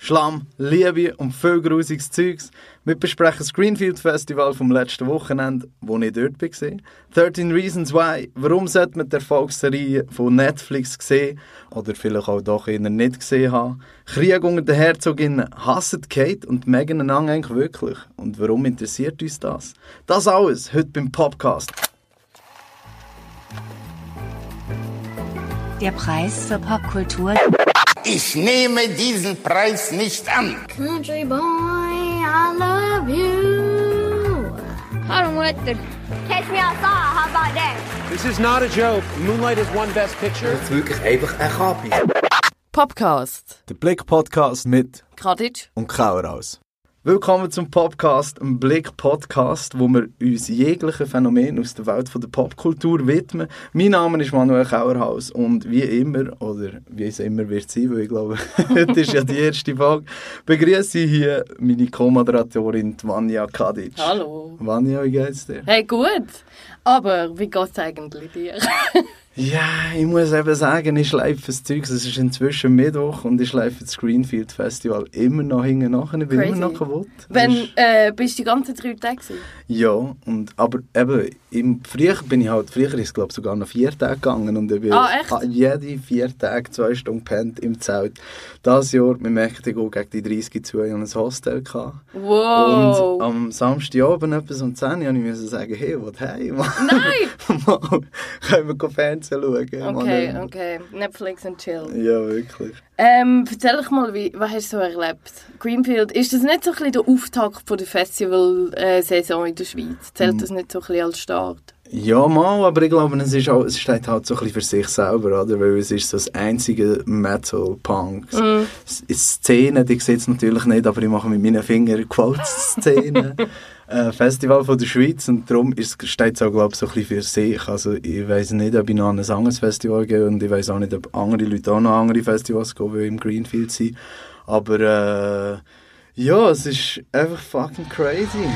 Schlamm, Liebe und viel grusiges Zeugs. Wir besprechen das Greenfield Festival vom letzten Wochenende, wo ich dort war. 13 Reasons Why. Warum sollte man die Erfolgsserie von Netflix sehen? Oder vielleicht auch doch eher nicht gesehen haben. Krieg unter den Herzoginnen. Hassen Kate und Meghan einander eigentlich wirklich? Und warum interessiert uns das? Das alles heute beim Podcast. Der Preis für Popkultur. Ich nehme diesen Preis nicht an. Country boy, I love you. I don't want to. Catch me outside, how about that? This is not a joke. Moonlight has won Best Picture. ist wirklich einfach ein Kabi. Podcast. Der Blick-Podcast mit Kadic. und Kauraus. Willkommen zum Podcast, einem Blick-Podcast, wo wir uns jeglichen Phänomen aus der Welt von der Popkultur widmen. Mein Name ist Manuel Kauerhaus und wie immer, oder wie es immer wird sein, weil ich glaube, heute ist ja die erste Folge, begrüße ich hier meine Co-Moderatorin die Vanja Kadic. Hallo. Vanja, wie geht's dir? Hey, gut. Aber wie geht's eigentlich dir? Ja, ich muss eben sagen, ich schleife das Zeug. Es ist inzwischen Mittwoch und ich schleife das Greenfield Festival immer noch hinten nach. Ich bin Crazy. immer noch kaputt. Das Wenn ist- äh, bist du die ganzen drei Tage gewesen? Ja, und, aber eben, im, früher bin ich halt, früher ist es glaube sogar noch vier Tage gegangen und ich bin Ah, echt? a- jede vier Tage zwei Stunden pennt im Zelt. Das Jahr, wir merken, ich gehe gegen die 30 zu, ich hatte ein Hostel. Gehabt. Wow. Und am Samstagabend etwas um 10 Uhr musste ich sagen, hey, was hey, Mann. Nein. Mal, können wir Fernsehen schauen? Mann, Okay, ey. okay. Netflix und chill. Ja, wirklich. Ähm, erzähl ich mal, wie, was hast du so erlebt? Greenfield, ist das nicht so ein bisschen der Auftakt von der Festival-Saison in der Schweiz? Hm. Zählt das nicht so ein bisschen als Start? Ja, mal, aber ich glaube, es, ist auch, es steht halt so ein bisschen für sich selber, oder? Weil es ist so das einzige Metal-Punk. S- Szene, die sieht es natürlich nicht, aber ich mache mit meinen Fingern Quotes-Szene. äh, Festival von der Schweiz und darum steht es auch, glaube ich, so ein bisschen für sich. Also ich weiß nicht, ob ich noch an ein anderes Festival gehe und ich weiß auch nicht, ob andere Leute auch noch an andere Festivals gehen, weil im Greenfield sind. Aber äh, ja, es ist einfach fucking crazy.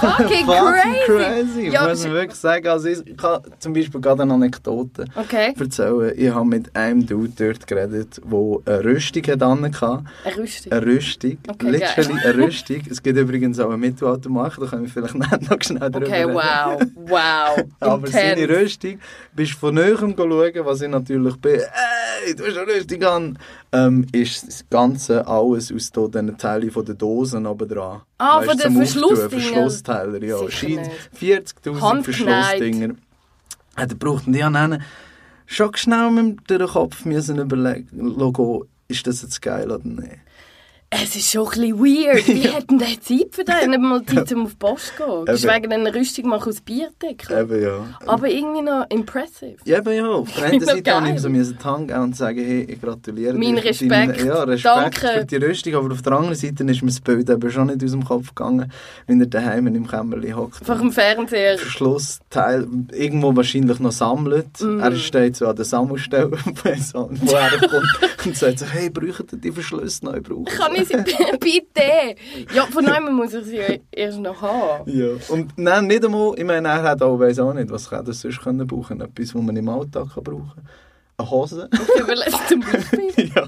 Fucking Fucking crazy! crazy, Ja, muss man sch- wirklich sagen. Also ich kann zum Beispiel gerade eine Anekdote Okay, erzählen. Ich habe mit einem Dude dort geredet, der eine Rüstung hat angehabt. eine Rüstung. Eine Rüstung, Okay, literally eine Rüstung. Es gibt übrigens auch einen Mittelaltermarkt, da können wir vielleicht noch schnell drüber Okay, reden. wow, wow. Aber seine Intense. Rüstung, bist von näherem schauen, was ich natürlich bin. Ey, du hast eine Rüstung an! Ähm, ist das Ganze alles aus da diesen Teilen von den Dosen oben dran. Ah, Weisst, von den zum Auftun, Verschlussdingern. Verschlussteiler, ja. Sicher Scheint nicht. 40'000 Handkneid. Verschlussdinger. Äh, Hat er gebraucht. Und ich habe dann schon schnell mit dem Kopf müssen überlegen, Logo, ist das jetzt geil oder nicht? Es ist schon ein bisschen weird. Wie hätten die Zeit für das? Nicht mal Zeit, um auf die Post zu gehen. Das ist Eben. wegen einer Rüstung machen aus Bierdeckel. Eben ja. Aber irgendwie noch impressive. Ja, aber ja, auf der einen Finde ich Seite habe ich ihm so geil. müssen die Hand geben und sagen, hey, ich gratuliere Mein dir. für Respekt. ja, Respekt Danke. für die Rüstung, aber auf der anderen Seite ist mir das Bild eben schon nicht aus dem Kopf gegangen, wenn er daheim in im Kämmerli hockt. Vor dem Fernseher. Schlussteil irgendwo wahrscheinlich noch sammelt. Mhm. Er steht so an der Sammelstelle, weiss auch nicht, wo er kommt und sagt so, hey, bräuchten ihr die Verschlüsse noch? Ich brauche sie. Kann ich sie b- bitte? Ja, von neuem muss ich sie ja erst noch haben. Ja. Und nein, nicht einmal, ich meine, er hat auch, weiss auch nicht, was kann er sonst können brauchen Etwas, was man im Alltag kann brauchen kann. Eine Hose. Überlässt zum Beispiel. ja.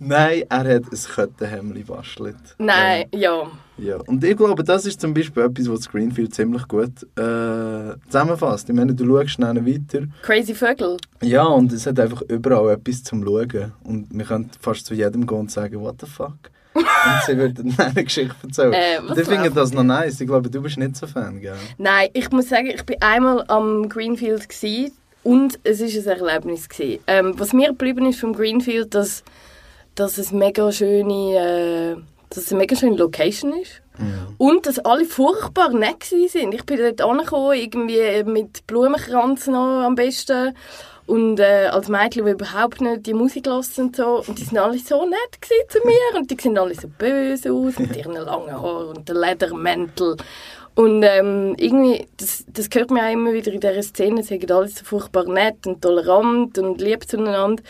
Nein, er hat ein Kettenhemd gebastelt. Ähm, Nein, ja. Ja. Und ich glaube, das ist zum Beispiel etwas, was Greenfield ziemlich gut äh, zusammenfasst. Ich meine, du schaust dann weiter. Crazy Vögel. Ja, und es hat einfach überall etwas zum Schauen. Und wir können fast zu jedem gehen und sagen, what the fuck? und sie würden dann eine Geschichte erzählen. Äh, was und ich finde läuft das noch nice. Ich glaube, du bist nicht so Fan, gell? Nein, ich muss sagen, ich bin einmal am Greenfield gsi und es ist ein Erlebnis gsi. Ähm, was mir geblieben ist vom Greenfield, dass, dass es mega schöne, äh, dass es eine mega schöne Location ist. Und dass alle furchtbar nett gsi sind. Ich bin dort angekommen, irgendwie äh, mit Blumenkranz noch am besten. Und äh, als Mädchen, die überhaupt nicht die Musik lassen und so. Und die sind alle so nett gsi zu mir. Und die sehen alle so böse aus, mit ihren langen Haaren und den Ledermäntel. Und ähm, irgendwie, das, das hört man auch immer wieder in dieser Szene, sie sind alles so furchtbar nett und tolerant und lieb zueinander.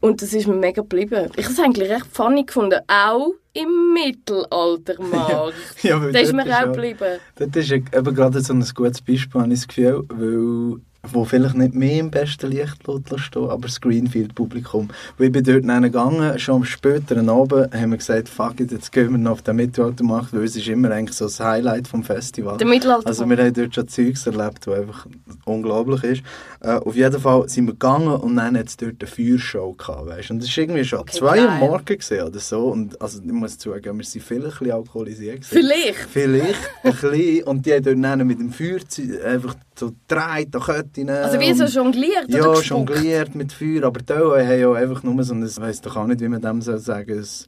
Und das ist mir mega geblieben. Ich habe es eigentlich recht funny gefunden, auch im Mittelaltermarkt. Ja, weil das ist dort mir ist auch ja- geblieben. Das ist eben gerade so ein gutes Beispiel, habe ich das Gefühl, weil wo vielleicht nicht mehr im besten Licht lässt stehen, aber das Greenfield-Publikum. Weil ich bin dort dann gegangen, schon am späteren Abend haben wir gesagt, fuck it, jetzt gehen wir noch auf den Mittelaltermarkt, weil es ist immer eigentlich so das Highlight vom Festival. Der Mittelaltermarkt. Also wir haben dort schon Zeugs erlebt, was einfach unglaublich ist. Äh, auf jeden Fall sind wir gegangen und dann hat es dort eine Feuershow gehabt, weißt? Und es war irgendwie schon zwei am geil. Morgen gewesen oder so. Und also ich muss zugeben, wir sind vielleicht ein bisschen alkoholisiert gewesen. Vielleicht. Vielleicht ein bisschen. Und die haben dort dann mit dem Feuerzeug einfach so gedreht, da Köttinnen. Also wie so jongliert Ja, oder gespuckt? jongliert mit Feuer. Aber die Ohren haben ja einfach nur so ein, ich weiss doch auch nicht, wie man dem soll sagen soll,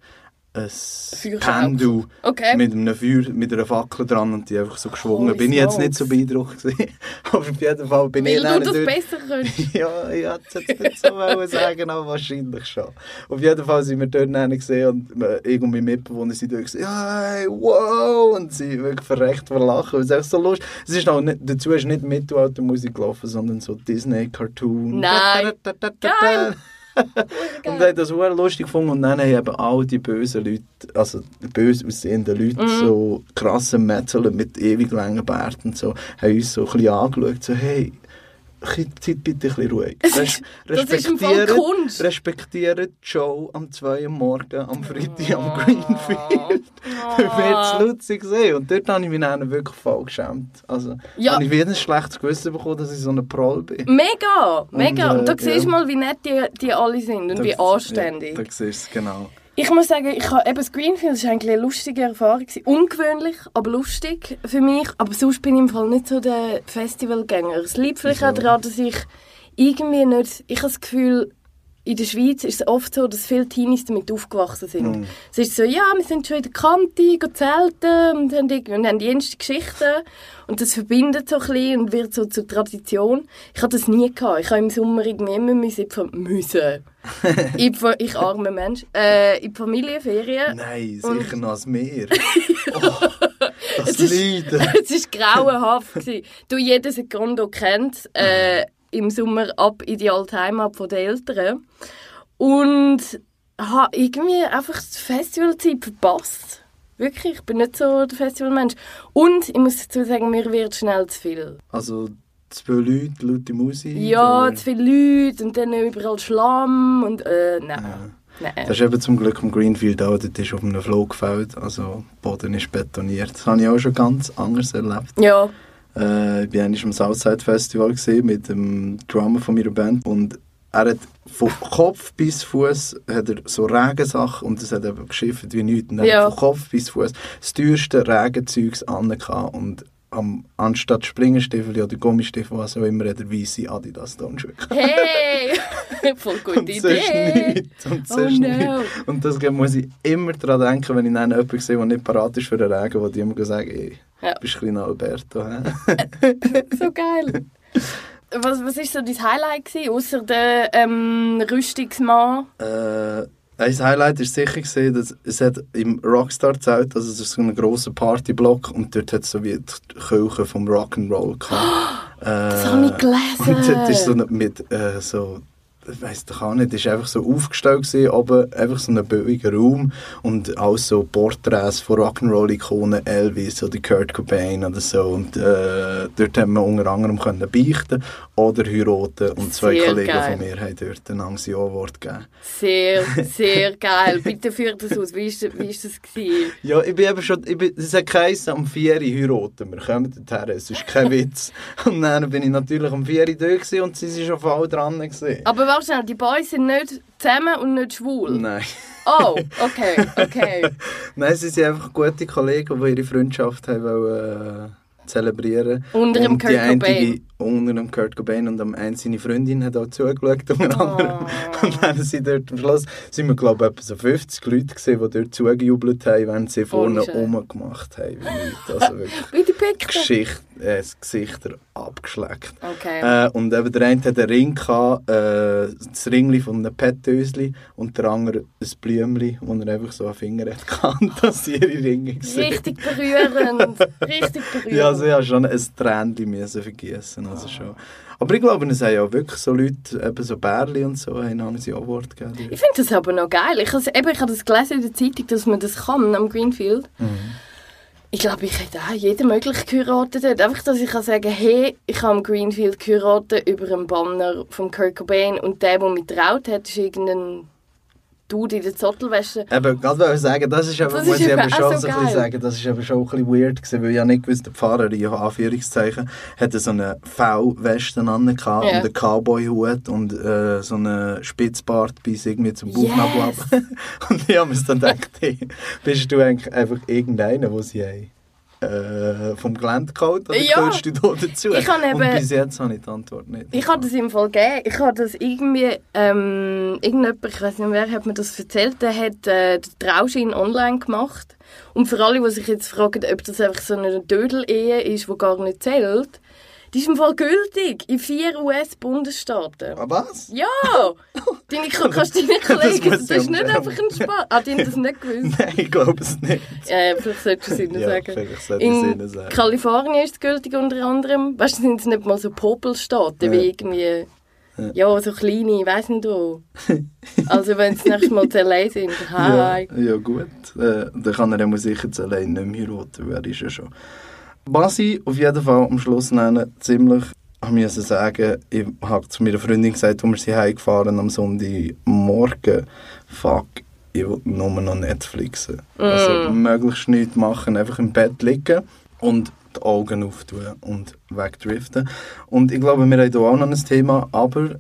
ein, ein Feuerschaukel. Pendel Okay. mit einem Feuer, mit einer Fackel dran und die einfach so geschwungen. Holy bin ich jetzt smokes. nicht so beeindruckt gewesen. Aber auf jeden Fall bin ich Weil dann du das dort- besser könntest. ja, ich hätte es jetzt nicht so wollen sagen, aber wahrscheinlich schon. Auf jeden Fall sind wir dort dann gesehen und äh, ich und mein Mitbewohner sind dort gesagt, ja, hey, wow, und sie sind wirklich verreckt vor Lachen, weil es echt so lustig es ist. Auch nicht, dazu ist nicht Mittelaltermusik gelaufen, sondern so Disney-Cartoon. Nein. Geil. Und haben das sehr lustig gefunden und dann haben eben all die bösen Leute, also die bös aussehenden Leute, Mhm. so krasse Metal mit ewig langen Bärten und so, haben uns so ein bisschen angeschaut, so hey, Kind, seid bitte ein bisschen ruhig. Res das ist im Fall respektiert- Kunst. Respektiert die Show am 2 Uhr morgen, am Freitag am Ah. Greenfield. Weil wir zu Lutzig sehen. Und dort habe ich mich dann wirklich voll geschämt. Also Ja. habe ich wieder ein schlechtes Gewissen bekommen, dass ich so eine Proll bin. Mega, mega. Und, Und, äh, da siehst du ja. mal, wie nett die, die alle sind und wie anständig. Ja, da siehst du es, genau. Ich muss sagen, ich habe eben das Greenfield das war eigentlich eine lustige Erfahrung. gewesen. Ungewöhnlich, aber lustig für mich. Aber sonst bin ich im Fall nicht so der Festivalgänger. Es liegt vielleicht auch daran, dass ich irgendwie nicht... Ich habe das Gefühl, in der Schweiz ist es oft so, dass viele Teenies damit aufgewachsen sind. Es ist so, ja, wir sind schon in der Kante, gehen zelten und haben, irgendwie- und haben die jüngste Geschichten. Und das verbindet so ein bisschen und wird so zur Tradition. Ich habe das nie gehabt. Ich habe im Sommer irgendwie immer müssen, müssen ich, ich armer Mensch. Äh, in die Familienferien. Nein, Und- sicher noch als Meer. oh, das Leiden. Es war grauenhaft. gewesen. du, jede Sekunde kennt äh, im Sommer ab in die alte Heimat von den Eltern. Und habe irgendwie einfach die Festivalzeit verpasst. Wirklich, ich bin nicht so der Festivalmensch. Und ich muss dazu sagen, mir wird schnell zu viel. Also zwei Leute, laute Musik. Ja, oder? zu viele Leute und dann überall Schlamm und äh, nein. Das Nein. ist eben zum Glück am Greenfield auch, dort ist auf einem Flugfeld, also der Boden ist betoniert. Das habe ich auch schon ganz anders erlebt. Ja, Äh, ich war einmal am Southside Festival gewesen, mit dem Drummer von meiner Band und er hat von Kopf bis Fuß hat er so Regensachen und das hat eben geschifft wie nichts. Und er Ja. hat von Kopf bis Fuß das teuerste Regenzeugs an und am, anstatt Springerstiefel oder Gummistiefel, was auch immer, hat er weisse Adidas Turnschuhe. hey! Voll gute Und Idee. sonst nichts. Und, Oh sonst no. nichts. und das muss ich immer daran denken, wenn ich dann jemanden sehe, der nicht parat ist für den Regen, wo die immer sagen, ey, Ja. bist du ein kleiner Alberto. hä? so geil. Was, was ist so dein Highlight gewesen, außer der ähm, Rüstungsmann? äh, ein Highlight war sicher, gewesen, dass es hat im Rockstar Zelt, also es ist so ein grosser Partyblock und dort hat es so wie die Kirche vom Rock'n'Roll gehabt. Äh, Das habe ich Und dort ist so gelesen. eine- mit äh, so, ich weiss doch auch nicht, ist einfach so aufgestellt gewesen, aber einfach so ein billiger Raum und auch so Porträts von Rock'n'Roll-Ikonen, Elvis oder Kurt Cobain oder so und äh, dort haben wir unter anderem können beichten oder heiraten und zwei Sehr Kollegen geil. von mir haben dort ein Anxiowort gegeben. Sehr, sehr geil. Bitte führ das aus. Wie ist, wie ist das gewesen? Ja, ich bin eben schon, ich bin, es hat geheißen, am 4 Uhr heiraten wir, kommen dorthin, es ist kein Witz. Und dann bin ich natürlich am 4 Uhr da gewesen und sie war schon voll dran. Gewesen. Aber warte schnell, die Boys sind nicht zusammen und nicht schwul. Nein. Oh, okay, okay. Nein, sie sind einfach gute Kollegen, die ihre Freundschaft haben wollen, äh, zelebrieren. Unter dem Und Kurt die einzige, Cobain. Unter dem Kurt Cobain und am einen seine Freundin hat auch zugeschaut, unter Ah. anderem. Und dann sind dort am Schluss, sind wir glaube ich etwa so 50 Leute gewesen, die dort zugejubelt haben, während sie vorne Scheiße. rumgemacht haben. wie nichts. Also wirklich. Bitte picken. Geschicht, äh, das Gesichter abgeschleckt. Okay. Äh, und eben der eine hat einen Ring gehabt, äh, das Ringli von einem Pettösli und der andere ein Blümli, wo er einfach so einen Finger hat gehabt, dass sie ihre Ringe gesehen Richtig berührend. Richtig berührend. ja, also ich habe schon ein Tränchen müssen vergießen, also schon. Aber ich glaube, es haben ja wirklich so Leute, eben so Bärli und so, haben haben sie auch Wort gegeben. Ich finde das aber noch geil. Ich habe eben, ich habe das gelesen in der Zeitung, dass man das kann am Greenfield. Ich glaube, ich hätte auch jeden möglich geheiratet. dort. Einfach, dass ich kann sagen hey, ich habe am Greenfield geheiratet über einen Banner von Kurt Cobain und der, der mich traut hat, ist irgendein Dude in der Zottelwäsche. Eben, gerade wollte ich sagen, das ist eben, Das muss ist ich eben eben auch schon so so ein bisschen geil. sagen, das ist eben schon ein bisschen weird gewesen, weil ich ja nicht gewusst, der Pfarrer, in Anführungszeichen, hatte so eine V-Weste an gehabt Ja. und einen Cowboy-Hut und äh, so einen Spitzbart bis irgendwie zum Bauch Yes. yes. Und ich habe mir dann gedacht, hey, bist du eigentlich einfach irgendeiner, den sie haben? Äh, vom Gelände geholt oder Ja. gehörst du da dazu? Ich habe und eben- bis jetzt habe ich die Antwort nicht. Ich habe das im Fall gegeben. Ich habe das irgendwie, ähm, irgendjemand, ich weiß nicht mehr, wer hat mir das erzählt, der hat äh, den Trauschein online gemacht. Und für alle, die sich jetzt fragen, ob das einfach so eine Dödel-Ehe ist, die gar nicht zählt, die ist im Fall gültig in vier US-Bundesstaaten. Ah, Was? Ja! Deine, Ko- kannst du deine Das Kollegen, muss das, ich ist nicht umdrehen. einfach ein Spaß. Ah, die haben das nicht gewusst. Nein, ich glaube es nicht. Äh, vielleicht solltest du es ihnen Ja, sagen. vielleicht sollte ich es ihnen In sagen. Kalifornien ist es gültig unter anderem. Weißt du, sind es nicht mal so Ja. Popelstaaten wie irgendwie. Ja, so kleine, weiss nicht wo. Also, wenn es nächstes Mal zu LA sind, Ja, hi. ja gut, äh, dann kann er dann sicher zu allein nicht mehr heiraten, weil er ist ja schon. Was ich auf jeden Fall am Schluss nennen, ziemlich, ich muss sagen, ich habe zu meiner Freundin gesagt, als wir sie heimgefahren am Sonntagmorgen, fuck, ich will nur noch Netflixen. Also möglichst nichts machen, einfach im Bett liegen und die Augen auftun und wegdriften. Und ich glaube, wir haben hier auch noch ein Thema, aber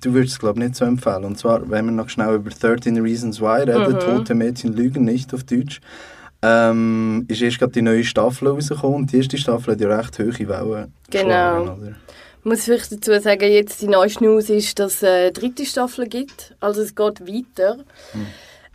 Du würdest es, glaube ich, nicht so empfehlen. Und zwar, wenn wir noch schnell über 13 Reasons Why reden, Mhm. Tote Mädchen lügen nicht auf Deutsch, ähm, ist erst gerade die neue Staffel rausgekommen und die erste Staffel hat ja recht hohe Wellen Genau. geschlagen, oder? Ich muss vielleicht dazu sagen, jetzt die neueste News ist, dass es eine dritte Staffel gibt. Also, es geht weiter.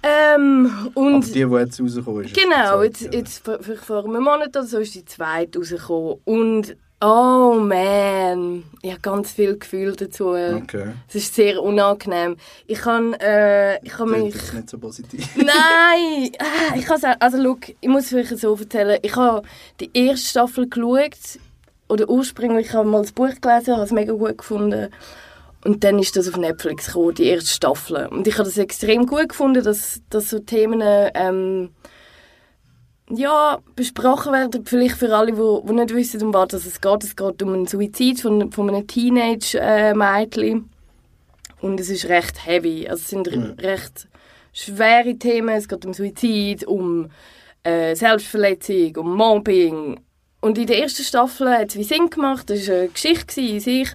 Ähm, und Hm. Aber die, die jetzt rausgekommen ist. ist Genau, die jetzt, zweite, jetzt vor, vor- vor einem Monat oder so ist die zweite rausgekommen. Und oh man, ich habe ganz viel Gefühl dazu. oder? Okay. Es ist sehr unangenehm. Ich kann, äh, ich kann Klingt mich... jetzt nicht so positiv. Nein! Ah, Ich kann sagen, also look, ich muss vielleicht so erzählen. Ich habe die erste Staffel geschaut, oder ursprünglich habe ich mal das Buch gelesen, habe es mega gut gefunden. Und dann ist das auf Netflix gekommen, die erste Staffel. Und ich habe das extrem gut gefunden, dass, dass so Themen ähm, ja, besprochen werden. Vielleicht für alle, die die nicht wissen, um was es geht. Es geht um einen Suizid von, von einem äh, Teenage-Mädchen. Und es ist recht heavy. Also es sind re- recht schwere Themen. Es geht um Suizid, um äh, Selbstverletzung, um Mobbing. Und in der ersten Staffel hat es wie Sinn gemacht. Das war eine Geschichte gewesen in sich.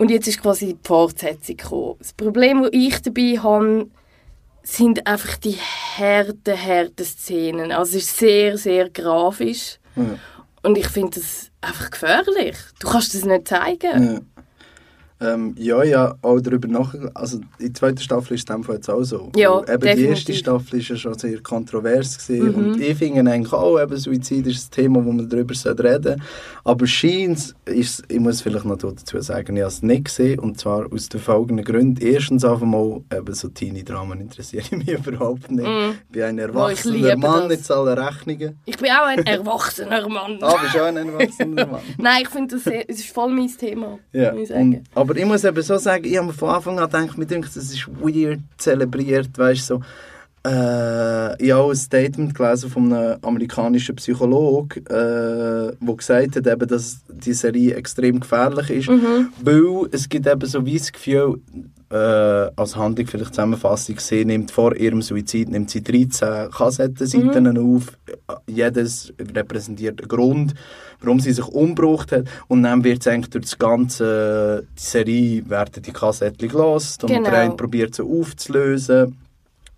Und jetzt ist quasi die Fortsetzung gekommen. Das Problem, das ich dabei habe, sind einfach die harten, harten Szenen. Also es ist sehr, sehr grafisch. Und ich finde das einfach gefährlich. Du kannst das nicht zeigen. Ähm, ja, ja, auch darüber nachher. Also, die zweite Staffel ist in dem Fall jetzt auch so. Ja, Weil eben die definitiv. Mhm. erste Staffel ist ja schon sehr kontrovers. gewesen Und ich finde eigentlich auch, eben Suizid ist ein Thema, wo man darüber sollte reden Aber scheint ist ich muss vielleicht noch dazu sagen, ich habe es nicht gesehen. Und zwar aus den folgenden Gründen. Erstens, auf einmal, eben so Teenie-Dramen interessieren mich überhaupt nicht. Ich bin ein erwachsener Mhm. liebe Mann, das. ich zahle Rechnungen. Ich bin auch ein erwachsener Mann. Ah, bist du auch ein erwachsener Mann? Nein, ich finde das sehr, es ist voll mein Thema. Ja, Muss ich sagen. und, aber ich muss eben so sagen, ich habe mir von Anfang an gedacht, mir denkt, das ist weird zelebriert, weißt du, so. Äh, ich habe auch ein Statement gelesen von einem amerikanischen Psychologen, äh, der gesagt hat, eben, dass die Serie extrem gefährlich ist, Mhm. weil es gibt eben so wie das Gefühl, äh, als Handlung vielleicht Zusammenfassung sie nimmt vor ihrem Suizid nimmt sie 13 Kassettenseiten auf, jedes repräsentiert einen Grund, warum sie sich umgebracht hat und dann wird es eigentlich durch das ganze die Serie werden die Kassetten gelost und Genau. der eine probiert sie aufzulösen.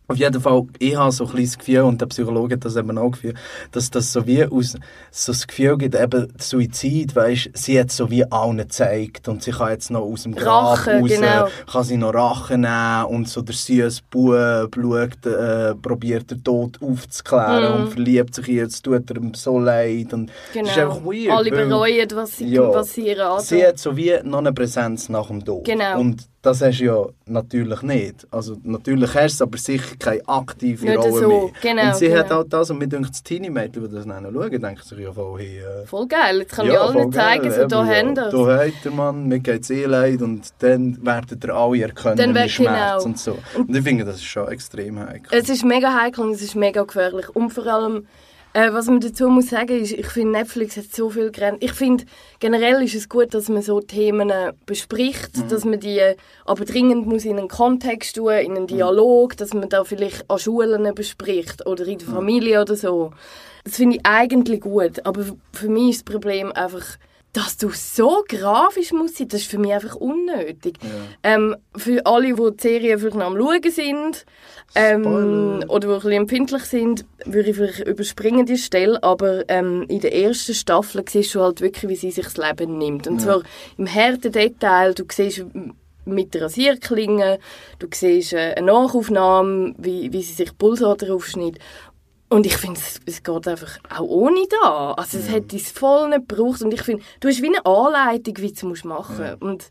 Auf jeden Fall, ich habe so ein bisschen das Gefühl, und der Psychologe hat das eben auch Gefühl, dass das so wie aus, so das Gefühl gibt, eben Suizid, weißt, sie hat so wie allen gezeigt und sie kann jetzt noch aus dem Grab Rache, raus, genau. kann sie noch Rache nehmen und so der süße Bub schaut, äh, probiert den Tod aufzuklären und verliebt sich in ihr, es tut ihm so leid und Mhm. genau. das ist einfach weird. Alle weil- bereuen, was sie, Ja. was sie ihre Art Sie hat so wie noch eine Präsenz nach dem Tod. Genau. Und das hast du ja natürlich nicht. Also natürlich hast du es, aber sicher keine aktive Nicht Rolle so. mehr. Genau, und sie genau. hat halt das, und mir denkt, das Teenie-Mädchen, die das dann schauen, denken sich ja voll, hey, äh, Voll geil, jetzt kann ja, ich allen voll zeigen, so geil, da eben, haben ja. das. Da habt ihr, Mann, mir geht es eh leid und dann werdet ihr alle erkennen, Dann wie wird- Schmerz genau. und so. Und ich finde, das ist schon extrem heikel. Es ist mega heikel und es ist mega gefährlich. Und vor allem, Äh, was man dazu muss sagen ist, ich finde Netflix hat so viel Grenzen. Ich finde generell ist es gut, dass man so Themen äh, bespricht, dass man die äh, aber dringend muss in einen Kontext tun, in einen Dialog, dass man da vielleicht an Schulen bespricht oder in der Familie oder so. Das finde ich eigentlich gut, aber f- für mich ist das Problem einfach, dass du so grafisch musst sein, das ist für mich einfach unnötig. Ähm, für alle, die die Serie vielleicht noch am Schauen sind ähm, oder die ein bisschen empfindlich sind, würde ich vielleicht überspringen die Stelle, aber ähm, in der ersten Staffel siehst du halt wirklich, wie sie sich das Leben nimmt. Und zwar im harten Detail, du siehst m- mit der Rasierklinge, du siehst äh, eine Nachaufnahme, wie, wie sie sich die Pulsader aufschneidet und ich finde, es, es geht einfach auch ohne da. Also es hätte es voll nicht gebraucht. Und ich finde, du hast wie eine Anleitung, wie du es musst machen musst. Und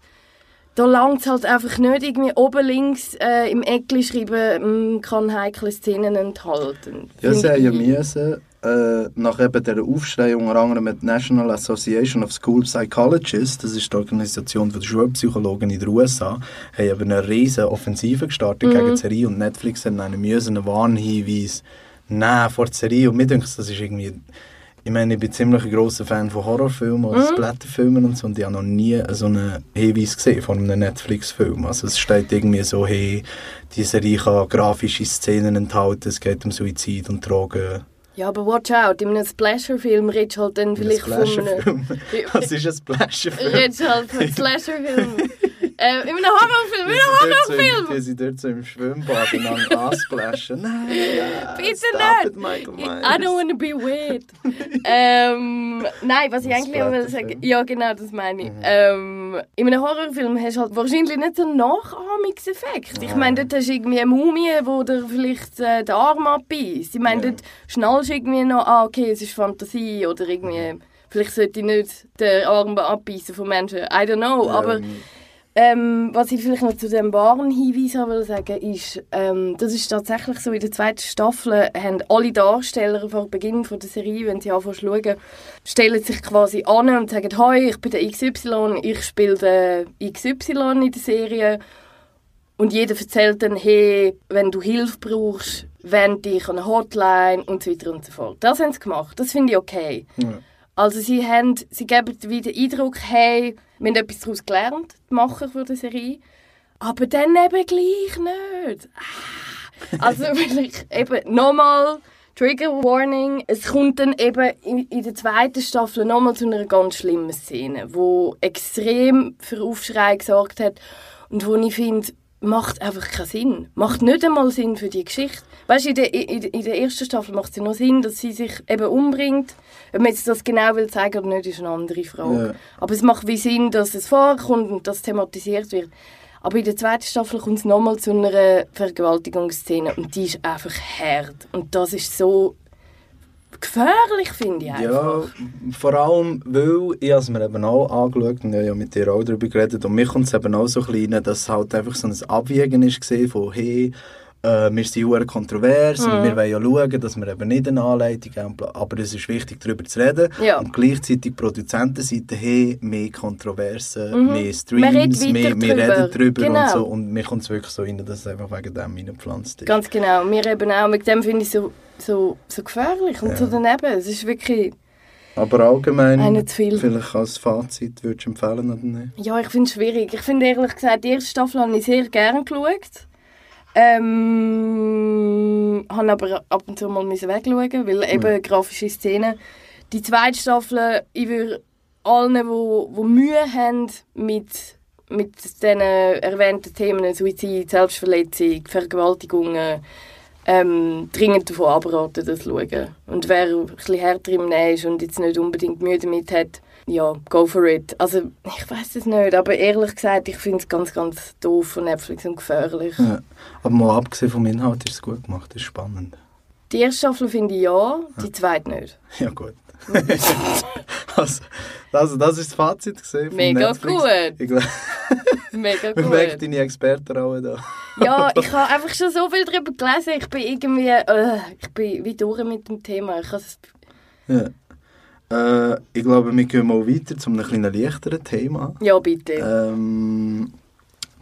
da langt es halt einfach nicht, irgendwie oben links äh, im Eckli schreiben, «Mm, kann heikle Szenen enthalten. Ja, Finde sie haben ja ich- müssen, äh, nach eben dieser Aufschrei unter anderem mit National Association of School Psychologists, das ist die Organisation der Schulpsychologen in den USA, haben eben eine riesige Offensive gestartet gegen die Serie und Netflix hat einen müssen einen Warnhinweis nehmen vor der Serie und mir denke das ist irgendwie... Ich meine, ich bin ziemlich ein grosser Fan von Horrorfilmen oder Mhm. Splatterfilmen und so und ich habe noch nie so einen Hinweis gesehen von einem Netflix-Film. Also es steht irgendwie so, hey, die Serie kann grafische Szenen enthalten, es geht um Suizid und Drogen. Ja, aber watch out, in einem Splasher-Film redest du halt dann vielleicht von einem... Splasher-Film. Was ist ein Splasher-Film? Redest du halt von einem Slasher-Film. äh, in einem Horrorfilm, in einem Horrorfilm! Die sind dort so im Schwimmbad und dann ansplashen. Nein, ja, Bitte stop nicht. it, Michael Myers. I don't want to be weird. ähm, nein, was ich Ein eigentlich auch will sagen, Splatterfilm. ja genau, das meine Mhm. ich. Ähm, in einem Horrorfilm hast du halt wahrscheinlich nicht so einen Nachahmungseffekt. Ich meine, dort hast du irgendwie eine Mumie, wo dir vielleicht äh, den Arm abbeißt. Ich meine, dort schnallst du irgendwie noch, ah okay, es ist Fantasie oder irgendwie, Mhm. vielleicht sollte ich nicht den Arm abbeißen von Menschen. I don't know, aber... Ähm, Ähm, was ich vielleicht noch zu dem Warnhinweis haben will sagen, ist, ähm, das ist tatsächlich so, in der zweiten Staffel haben alle Darsteller vor Beginn von der Serie, wenn sie anfangen zu schauen, stellen sich quasi an und sagen, «Hoi, ich bin der XY, ich spiele den XY in der Serie.» Und jeder erzählt dann, «Hey, wenn du Hilfe brauchst, wende dich an eine Hotline» und so weiter und so fort. Das haben sie gemacht. Das finde ich okay. Also sie, haben, sie geben wie den Eindruck, hey, wir haben etwas daraus gelernt, die Macher von der Serie. Aber dann eben gleich nicht. Ah. Also vielleicht eben nochmal Trigger Warning. Es kommt dann eben in, in der zweiten Staffel nochmal zu einer ganz schlimmen Szene, wo extrem für Aufschrei gesorgt hat und wo ich finde, macht einfach keinen Sinn. Macht nicht einmal Sinn für die Geschichte. Weißt du, in der, in, in der ersten Staffel macht es ja noch Sinn, dass sie sich eben umbringt. Ob man jetzt das genau will zeigen oder nicht, ist eine andere Frage. Ja. Aber es macht wie Sinn, dass es vorkommt und dass thematisiert wird. Aber in der zweiten Staffel kommt es nochmal zu einer Vergewaltigungsszene und die ist einfach hart. Und das ist so gefährlich, finde ich Ja, einfach. vor allem, weil ich habe es mir eben auch angeschaut und ich habe ja mit dir auch darüber geredet und mir kommt es eben auch so klein, dass es halt einfach so ein Abwägen ist gewesen von «Hey, äh, wir sind sehr kontrovers Mhm. und wir wollen ja schauen, dass wir eben nicht eine Anleitung haben, bla- aber es ist wichtig, darüber zu reden Ja. und gleichzeitig die Produzentenseite «Hey, mehr Kontroversen, mehr Man redet Streams, Mhm. weiter mehr, wir drüber. reden drüber» und Genau. so und mir kommt es wirklich so rein, dass es einfach wegen dem reingepflanzt ist. Ganz genau. Mir eben auch. Mit dem finde ich so, so, so gefährlich und so daneben. Es ist wirklich... aber allgemein, Einer zu viel. vielleicht als Fazit, würdest du empfehlen oder nicht? Ja, ich finde es schwierig. Ich finde ehrlich gesagt, die erste Staffel habe ich sehr gerne geschaut. Ähm, habe aber ab und zu mal müssen wegschauen, weil eben grafische Szenen. Die eh, zweite Staffel, ich würde allen, die wo, wo Mühe haben mit, mit diesen erwähnten Themen, Suizid, Selbstverletzung, Vergewaltigungen, ähm, dringend davon abraten, das zu schauen. Und wer ein bisschen härter im Nähe ist und jetzt nicht unbedingt Mühe damit hat, ja, go for it. Also, ich weiß es nicht, aber ehrlich gesagt, ich finde es ganz, ganz doof von Netflix und gefährlich. Ja. Aber mal abgesehen vom Inhalt ist es gut gemacht, ist spannend. Die erste Staffel finde ich ja, die zweite nicht. Ja, gut. also, also, das ist das Fazit gesehen. Mega gut. Ich glaube, Mega wir merken gut. deine Expertenrolle da. Ja, ich habe einfach schon so viel darüber gelesen. Ich bin irgendwie, äh, ich bin wie durch mit dem Thema. Ich has- Äh, ich glaube, wir gehen mal weiter zu einem kleinen leichteren Thema. ja, bitte. Ähm,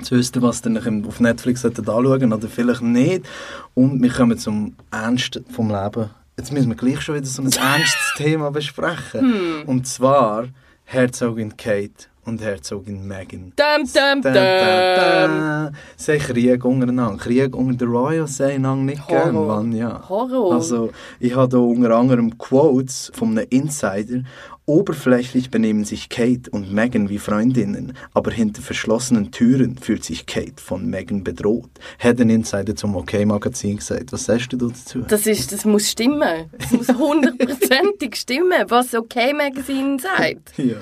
zu wissen, was ihr euch auf Netflix solltet anschauen oder vielleicht nicht. Und wir kommen zum Ernst vom Leben. jetzt müssen wir gleich schon wieder so ein ernstes Thema Hm. besprechen. Und zwar Herzogin Kate und Herzogin Meghan. Dum, Dun, dum, dum. dun, dun. Sie haben Krieg untereinander. Krieg unter den Royals haben einander nicht Horror. gern, Mann, ja. Horror. Also, ich habe hier unter anderem Quotes von einem Insider. Oberflächlich benehmen sich Kate und Meghan wie Freundinnen, aber hinter verschlossenen Türen fühlt sich Kate von Meghan bedroht. Hat ein Insider zum OK-Magazin gesagt. Was sagst du dazu? Das, ist, das muss stimmen. Das muss hundertprozentig stimmen, was OK Magazine sagt. ja.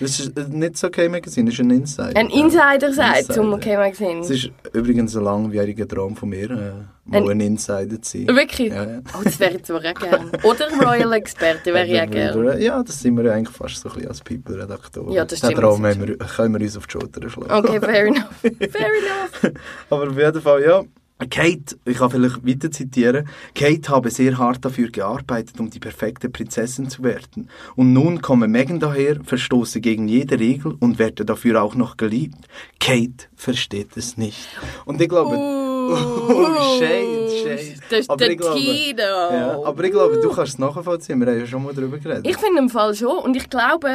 Das ist äh, nicht das OK-Magazin, das ist ein Insider. Ein Insider sagt zum OK Insider. Es Magazine. ist übrigens ein langwieriger Traum von mir, äh, mal ein Insider zu sein. Wirklich? Ja, ja. Oh, das wäre ich zwar auch gerne. Oder Royal Experte wäre ich auch gerne. Ja, das sind wir ja eigentlich fast so ein bisschen als People-Redaktoren. Ja, das Den stimmt, Traum das haben wir, können wir uns auf die Schulter schlagen. Okay, fair enough. Fair enough. Aber auf jeden Fall, ja. Kate, ich kann vielleicht weiter zitieren, Kate habe sehr hart dafür gearbeitet, um die perfekte Prinzessin zu werden. Und nun komme Megan daher, verstoße gegen jede Regel und werde dafür auch noch geliebt. Kate versteht es nicht. Und ich glaube... Oh, shade, shade. Das ist Aber der ich glaube- Tino. Ja, aber ich glaube, du kannst es nachvollziehen. Wir haben ja schon mal darüber geredet. Ich finde im Fall schon. Und ich glaube,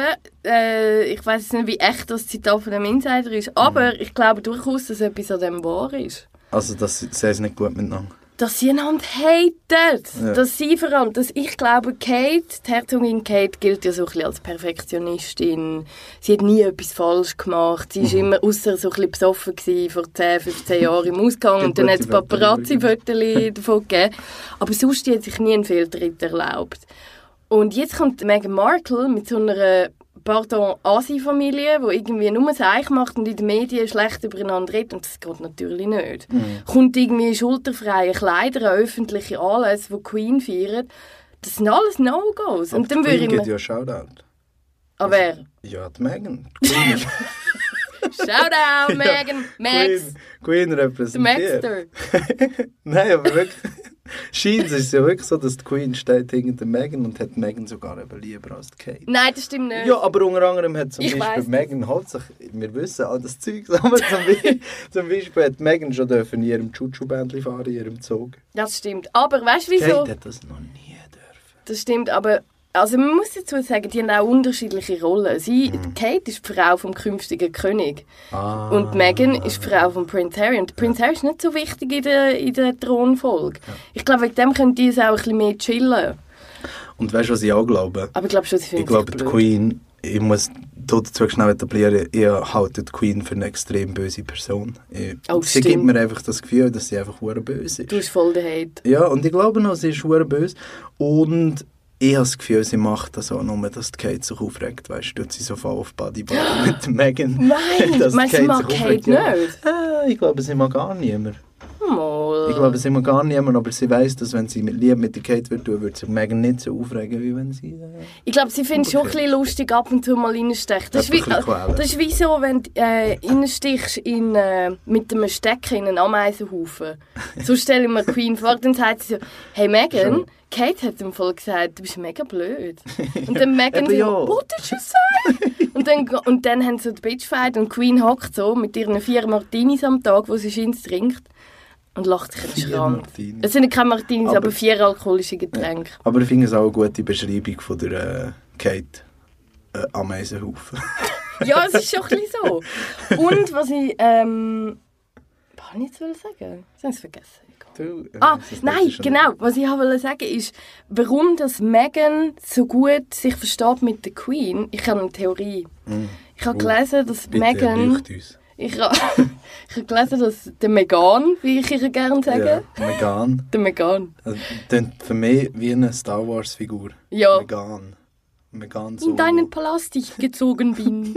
äh, ich weiß nicht, wie echt das Zitat von dem Insider ist, aber Mhm. ich glaube durchaus, dass etwas an dem wahr ist. Also, das sehe ich nicht gut miteinander. Dass sie einander hatet. Ja. Dass sie vor allem, dass ich glaube, Kate, die Herzogin Kate gilt ja so ein bisschen als Perfektionistin. Sie hat nie etwas falsch gemacht. Sie ist immer, außer so ein bisschen besoffen gewesen, vor 10, 15 Jahren im Ausgang. und dann hat es Gute Wörter Paparazzi-Fotos davon gegeben. Aber sonst die hat sich nie einen Fehltritt erlaubt. Und jetzt kommt Meghan Markle mit so einer, pardon, Asi-Familie, die irgendwie nur Seich macht und in den Medien schlecht übereinander redet. Und das geht natürlich nicht. Mhm. Kommt irgendwie in schulterfreie Kleider an öffentliche Anlässe, die Queen feiert. Das sind alles No-Gos. Und dann würde ich gibt mir... ja Shoutout. Ah, wer? Ja, die Megan. Queen. Shoutout, Meghan! Max! Queen, Queen The repräsentiert. Maxter! Nein, aber wirklich. Scheint es ist ja wirklich so, dass die Queen steht hinter der Megan und hat Megan sogar eben lieber als die Kate. Nein, das stimmt nicht. Ja, aber unter anderem hat zum Ich Beispiel weiss Megan hauptsächlich, wir wissen all das Zeug, aber zum Beispiel, zum Beispiel hat Megan schon dürfen in ihrem Chuchu-Bändchen fahren, in ihrem Zug. Das stimmt. Aber weißt du, Kate wieso? hat das noch nie dürfen. Das stimmt, aber also man muss dazu sagen, die haben auch unterschiedliche Rollen. Sie, Mhm. Kate ist die Frau vom künftigen König Ah. und Meghan ist die Frau von Prince Harry. Und Prince Harry ist nicht so wichtig in der, in der Thronfolge. Ich glaube, wegen dem können die es auch ein bisschen mehr chillen. Und weißt du, was ich auch glaube? Aber ich glaube schon, sie finden Ich glaube, sich die blöd. Queen, ich muss dazu schnell etablieren, ich halte die Queen für eine extrem böse Person. Ich, Oh, sie gibt stimmt. mir einfach das Gefühl, dass sie einfach hure böse ist. Du hast voll den Hate. Ja, und ich glaube noch, sie ist hure böse. Und ich habe das Gefühl, sie macht das auch nur, dass die Kate sich aufregt. Weißt du, tut sie so voll auf Buddy Buddy mit Megan. Nein, dass die meinst du, Kate sie mag sich Kate aufregt. Ja. nicht? Äh, ich glaube, sie mag gar niemand. Mal. Ich glaube, sie mag gar niemand, aber sie weiß, dass wenn sie mit Liebe mit der Kate würde tun, würde sie Megan nicht so aufregen, wie wenn sie. Äh, Ich glaube, sie finden es schon ein bisschen lustig, ab und zu mal reinstechen. Das, ist Etwas wie- ein bisschen quälen. das ist wie so, wenn du äh, reinstichst in, äh, mit einem Stecken in einen Ameisenhaufen. So stelle ich mir Queen vor, dann sagt sie so, hey Megan, Kate hat im Fall gesagt, du bist mega blöd. Und dann Megan Eben so, ja. what did you say? und, dann, und dann haben sie so die Bitchfight und Queen hockt so mit ihren vier Martinis am Tag, wo sie scheint trinkt. Und lacht sich in den Vier Schrank. Martinis. Es sind keine Martinis, aber, Aber- vier alkoholische Getränke. Aber ich finde es auch eine gute Beschreibung von der äh, Kate äh, Ameisenhaufen. Ja, es ist schon ein bisschen so. Und was ich. Ähm, was wollte ich jetzt wollen sagen? Ich habe es vergessen. Egal. Du, äh, Ah, das ist nein, schon- genau. Was ich wollte sagen ist, warum das Megan so gut sich versteht mit der Queen. Ich habe eine Theorie. Ich habe Oh, gelesen, dass Bitte Megan. erleucht uns. Ich habe, ich habe gelesen, dass der Megan, wie ich ihr gerne sage, Ja, Megan. der Megan. Das klingt für mich wie eine Star Wars-Figur. Ja. Megan. Megan so. in deinen Palast ich gezogen bin.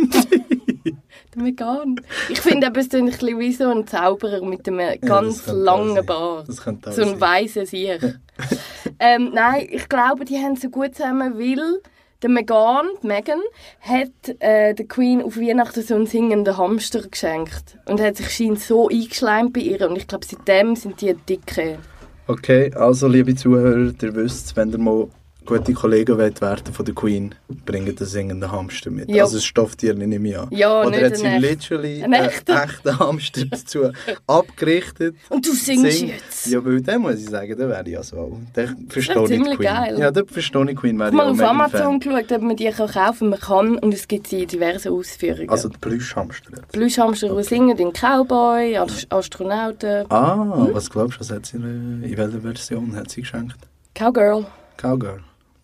Der Megan. Ich finde, eben, es klingt ein bisschen wie so ein Zauberer mit einem das ganz könnte auch langen sein. Bart. Das könnte auch So ein sein. weißer Sieg. ähm, nein, ich glaube, die haben so gut zusammen, weil der Megan, die Megan, hat äh, der Queen auf Weihnachten so einen singenden Hamster geschenkt. Und hat sich scheinbar so eingeschleimt bei ihr. Und ich glaube, seitdem sind die dicke. Okay, also liebe Zuhörer, ihr wisst, wenn ihr mal gute Kollegen wollt werden von der Queen, bringen den singenden Hamster mit. Ja. Also ein Stofftier nehme ich an. Ja, Oder nicht hat sie ein echt- literally ein einen echter. echten Hamster dazu abgerichtet? Und du singst Sing- jetzt. Ja, weil dann muss ich sagen, dann wäre ich ja so. Dann verstehe doch ich die ziemlich Queen. geil. Ja, dann verstehe ich Queen, wäre Ich ich auch habe mal auf mega ein Amazon Fan. geschaut, ob man die kann kaufen kann. Man kann und es gibt sie in diversen Ausführungen. Also der Plüschhamster. Hm? jetzt. Plüschhamster, die singen, den Cowboy, Ast- Astronauten, Ah, was glaubst du, was hat sie, in welcher Version hat sie geschenkt? Cowgirl. Cowgirl.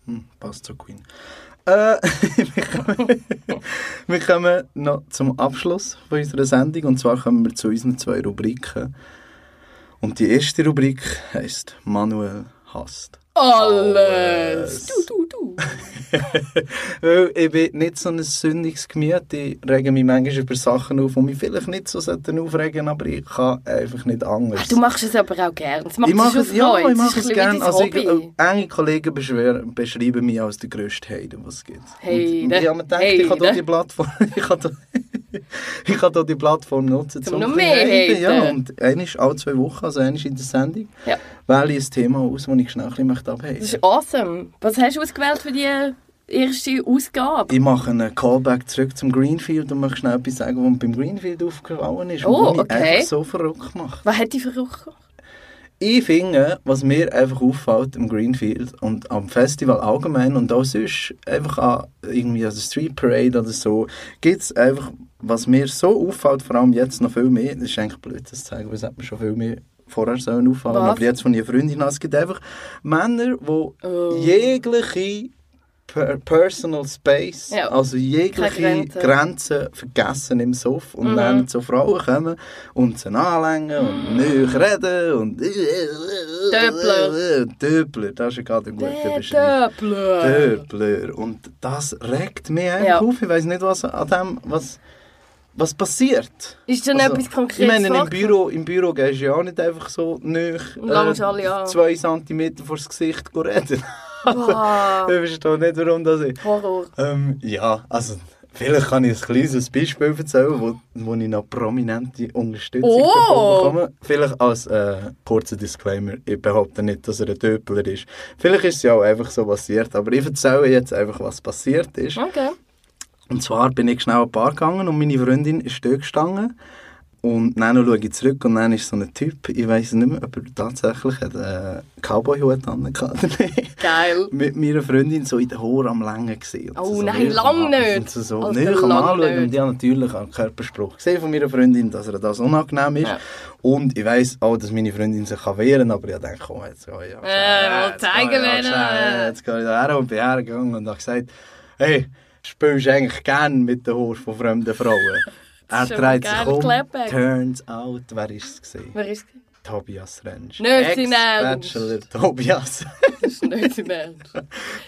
Hm, passt zur Queen. Äh, wir, kommen, wir kommen noch zum Abschluss von unserer Sendung. Und zwar kommen wir zu unseren zwei Rubriken. Und die erste Rubrik heisst Manuel hasst. Alles! Du, du, du. Weil ich bin nicht so ein sündiges Gemüt. Ich rege mich manchmal über Sachen auf, die mich vielleicht nicht so sollten aufregen aber ich kann einfach nicht anders. Ach, Ah, du machst es aber auch gern. Das macht Ich mache schon es, ja, Freude. ich Das mache ist es ein bisschen gerne. dein Also, ich, Hobby. äh, enge Kollegen beschwer, beschreiben mich als den grössten Heiden, was es gibt. Heiden. Und, ja, man denkt, ich kann hier Heiden. die Plattform, ich kann da, ich kann da die Plattform nutzen. Zum um noch ein bisschen mehr Heiden, Ja, Heiden. und einmal alle zwei Wochen, also einmal in der Sendung, Ja. wähle ich ein Thema aus, das ich schnell ein bisschen möchte abheben Das ist awesome. Was hast du ausgewählt für die erste Ausgabe? Ich mache einen Callback zurück zum Greenfield und möchte schnell etwas sagen, was mir beim Greenfield aufgefallen ist. und Oh, was mich okay. echt so verrückt macht. Was hat die verrückt? Ich finde, was mir einfach auffällt im Greenfield und am Festival allgemein und auch sonst, einfach an, dus ah, irgendwie an der Street Parade oder so, gibt es einfach, was mir so auffällt, vor allem jetzt noch viel mehr, das ist eigentlich blöd, das zu sagen, weil es hat mir schon viel mehr vorher sollen auffallen, Was? aber jetzt von ihrer Freundin an, es gibt einfach Männer, die jegliche per Personal Space, Ja. also jegliche Keine Grenzen. Grenzen vergessen im Sof Mhm. und dann so Frauen kommen und sie anlängen und nicht reden und Döppler. Döppler, das ist gerade ein guter Beschreibung. Döppler. Döppler und das regt mich einfach Ja. auf, ich weiß nicht was an dem, was, was passiert. Ist denn Also, etwas Konkretes Ich meine, im vorgekommen? Büro, im Büro gehst du ja auch nicht einfach so nöch Und langst alle an. zwei Zentimeter vors Gesicht reden. Wow. Ich verstehe nicht, warum das ist. Horror. Ähm, ja, also vielleicht kann ich ein kleines Beispiel erzählen, wo, wo ich noch prominente Unterstützung Oh! davon bekomme. Vielleicht als äh, kurzer Disclaimer, ich behaupte nicht, dass er ein Döpler ist. Vielleicht ist es ja auch einfach so passiert, aber ich erzähle jetzt einfach, was passiert ist. Okay. Und zwar bin ich schnell an den Bar gegangen und meine Freundin ist dort gestanden. Und dann schaue ich zurück und dann ist so ein Typ, ich weiß nicht mehr, ob er tatsächlich hat, äh, einen Cowboy-Hut angehabt oder nicht Geil. mit meiner Freundin so in den Haaren am Längen gesehen. Oh, nein, lang nicht. Und sie so Alter, näher am lang Anschauen. nicht. Und ich habe natürlich einen Körperspruch gesehen von meiner Freundin, dass ihr das unangenehm ist. Ja. Und ich weiss auch, dass meine Freundin sich kann wehren kann, aber ich denke, komm, jetzt gehe ich. Äh, Jetzt mal zeigen, gehe ich wer- schnell, Jetzt gehe ich da her und bin hergegangen und habe gesagt, hey, spielst du eigentlich gerne mit den Haaren von fremden Frauen? Er schon dreht geil, sich um, Clapback. turns out, wer war es? gewesen? Wer ist das? Tobias Rentsch. Nicht sein Ernst. Ex-Bachelor Tobias. Das ist nicht im Ernst.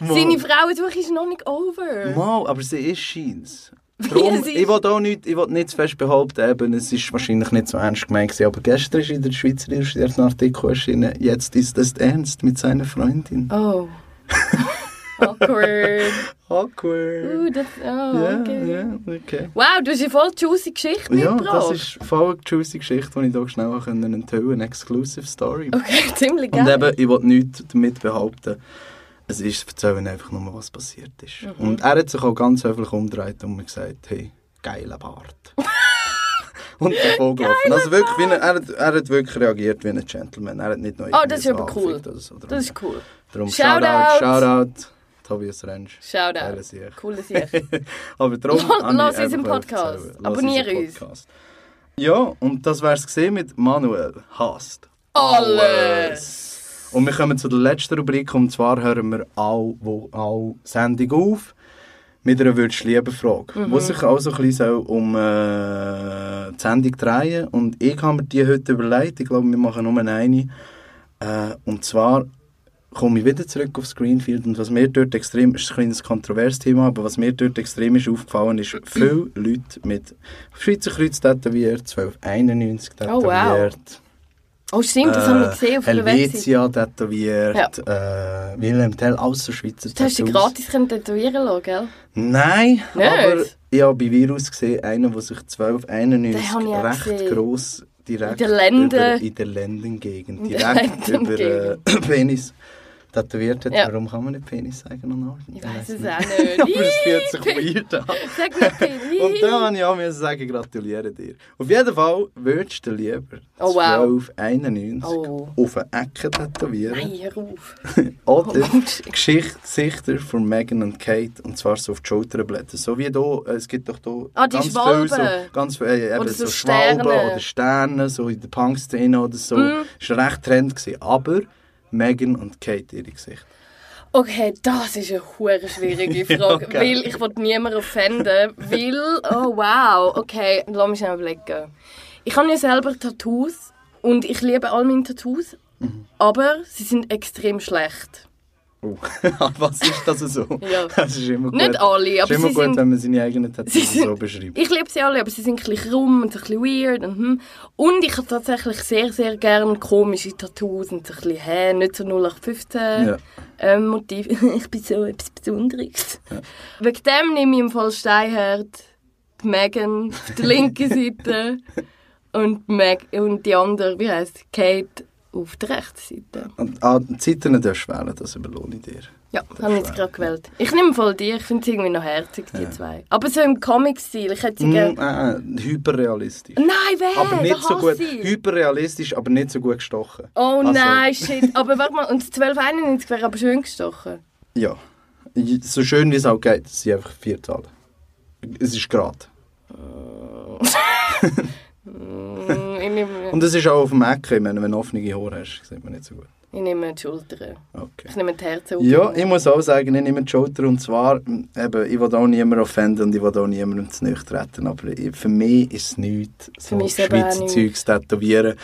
Seine Frauensuche ist noch nicht over. Mal, aber sie ist scheins. Darum, sie ist- ich will auch nicht, ich will nicht zu fest behaupten, eben, es ist wahrscheinlich nicht so ernst gemeint gewesen, aber gestern ist in der Schweizer Illustriert ein Artikel erschienen, jetzt ist es ernst mit seiner Freundin. Oh. Awkward. Awkward. Uh, das, oh, Ja, okay. ja, okay. Wow, du hast eine voll juicy Geschichte Ja, das mitgebracht. ist voll eine juicy Geschichte, die ich hier schnell auch enthüllen konnte. Eine exclusive Story. Okay, ziemlich geil. Und eben, ich will nichts damit behaupten. Es ist erzählen einfach nur, was passiert ist. Mhm. Und er hat sich auch ganz höflich umgedreht und mir gesagt, hey, geiler Bart. und davon gelaufen. Also wirklich, wie ein, er, hat, er hat wirklich reagiert wie ein Gentleman. Er hat nicht noch Ah, das ist irgendwie aber so cool. angefickt Oder so. Darum, das ist cool. darum Shoutout. Shoutout, Shoutout, Tobias Rentsch. Shoutout. Geiler Sieg. Cooles Jahr. Aber darum Lass- habe ich lass einfach unseren Podcast. erzählen. Lass Abonniere unseren uns. Podcast. Ja, und das wär's gesehen mit Manuel. Hasst. Alles. Und wir kommen zu der letzten Rubrik und zwar hören wir alle, wo, alle Sendung auf mit einer würdest lieben Frage, Mhm. die sich auch so ein bisschen soll um äh, die Sendung drehen und ich habe mir die heute überlegt, ich glaube wir machen nur eine äh, und zwar komme ich wieder zurück aufs Greenfield und was mir dort extrem, ist ein kleines kontroverses Thema, aber was mir dort extrem ist aufgefallen ist, viele Leute mit Schweizer Kreuz tätowiert, 1291 tätowiert, Oh, wow. Oh, stimmt, das haben wir gesehen auf der Website. Äh, Eh, Helvetia tätowiert, äh, Wilhelm Tell, außer Schweizer Du hast dich gratis können tätowieren lassen, gell? Nein, Nicht? aber ich habe bei Virus gesehen, einen, der sich 1291 Den habe ich auch recht gesehen. gross direkt In der Lende. über, in der Lendengegend, In der direkt über äh, Lendengegend. Penis tätowiert hat. Ja. Warum kann man nicht Penis sagen an Arten? Ich weiß es nicht. auch nicht. Aber es fühlt sich weird an. Sag nicht Penis. Und da musste ich auch müssen sagen, gratuliere dir. Auf jeden Fall würdest du lieber Oh, wow. 1291 Oh. auf eine Ecke tätowieren Nein, hör auf. oder Oh, Mensch. Geschicht- Gesichter von Meghan und Kate und zwar so auf die Schulterblätter. So wie hier, es gibt doch hier Ah, die viel so, Schwalben. ganz viel, äh, eben Oder so, so Schwalben Sterne. Mhm. oder Sterne, so in der Punk-Szene oder so. Das war recht Trend. Gewesen. Aber Meghan und Kate, ihre Gesichter. Okay, das ist eine hure schwierige Frage, okay. weil ich will niemanden offenden, weil, oh wow, okay, lass mich schnell überlegen. Ich habe ja selber Tattoos und ich liebe all meine Tattoos, aber sie sind extrem schlecht. Oh. Was ist das so? Ja. Das ist immer gut. Nicht alle, Es ist aber immer sie gut, sind... wenn man seine eigenen Tattoos sind- so beschreibt. Ich liebe sie alle, aber sie sind ein bisschen krumm und ein bisschen weird. Und, hm. und ich habe tatsächlich sehr, sehr gerne komische Tattoos und so ein bisschen, hä, nicht so 0815 Ja. ähm, Motiv. ich bin so etwas Besonderes. Wegen dem nehme ich im Fall Steinhardt, die Megan auf der linken Seite und, Meg und die andere, wie heisst Kate, auf der rechten Seite. Und ah, die Zeiten darfst du wählen, das überlohne ich dir. Ja, das habe ich jetzt schwer. gerade gewählt. Ich nehme voll die, ich finde sie irgendwie noch herzig, die zwei. Aber so im Comic-Stil, ich hätte sie gerne... Mm, äh, äh, hyperrealistisch. Nein, wer? aber Den nicht so gut. hasse ich. Hyperrealistisch, aber nicht so gut gestochen. Oh Also, nein, shit. Aber warte mal, und das 1291 wäre aber schön gestochen. Ja. So schön wie es auch geht, es sind einfach vier Zahlen. Es ist gerade. Mm, Ich nehme, Und es ist auch auf dem Ecken. Ich meine, wenn du offene Haare hast, sieht man nicht so gut. ich nehme die Schultern. Okay. Ich nehme die Herzen auf. Ja, ich muss auch sagen, ich nehme die Schulter und zwar, m, eben, ich will auch niemanden offenden und ich will auch niemandem zu nahe treten, aber ich, für mich ist es nichts, so mich ist es eben auch Schweizer nichts. Zeug zu tätowieren.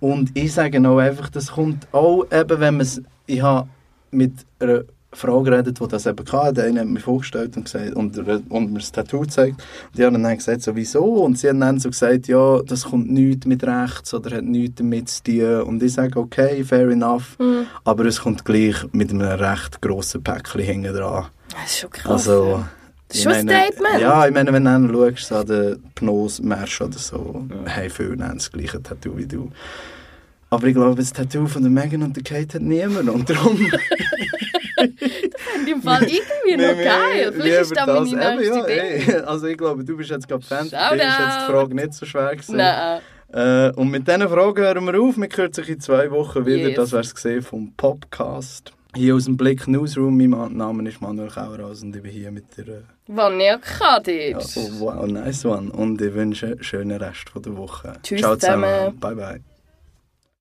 Und ich sage auch einfach, das kommt auch eben, wenn man es, ich habe mit einer Frau geredet, die das eben hatte, eine hat mir vorgestellt und, gesagt, und, und mir das Tattoo gezeigt und die haben dann gesagt, so, wieso? Und sie haben dann so gesagt, ja, das kommt nichts mit rechts oder hat nichts damit zu tun und ich sage, okay, fair enough, aber es kommt gleich mit einem recht grossen Päckchen hinten dran. Das ist schon krass. Also, Das ich ist schon ein meine- Statement. Ja, ich meine, wenn du dann schaust, so an den Pnos-Marsch oder so, haben viele dann das gleiche Tattoo wie du. Aber ich glaube, das Tattoo von der Megan und der Kate hat niemand. Und darum In dem Fall irgendwie noch geil. Vielleicht ist das meine nächste Eben, ja, Idee. ey. Also ich glaube, du bist jetzt gerade Fan. Für Shoutout. dich ist jetzt die Frage nicht so schwer gewesen. Nein. Äh, und mit diesen Fragen hören wir auf. Wir hören sich in zwei Wochen wieder. Yes. Das wäre es gesehen vom Podcast. Hier aus dem Blick Newsroom. Mein Ma- Name ist Manuel Kauerhaus und ich bin hier mit der... Äh, Vanja Kadic. Oh, wow, nice one. Und ich wünsche einen schönen Rest von der Woche. Tschüss Ciao zusammen. Bye, bye.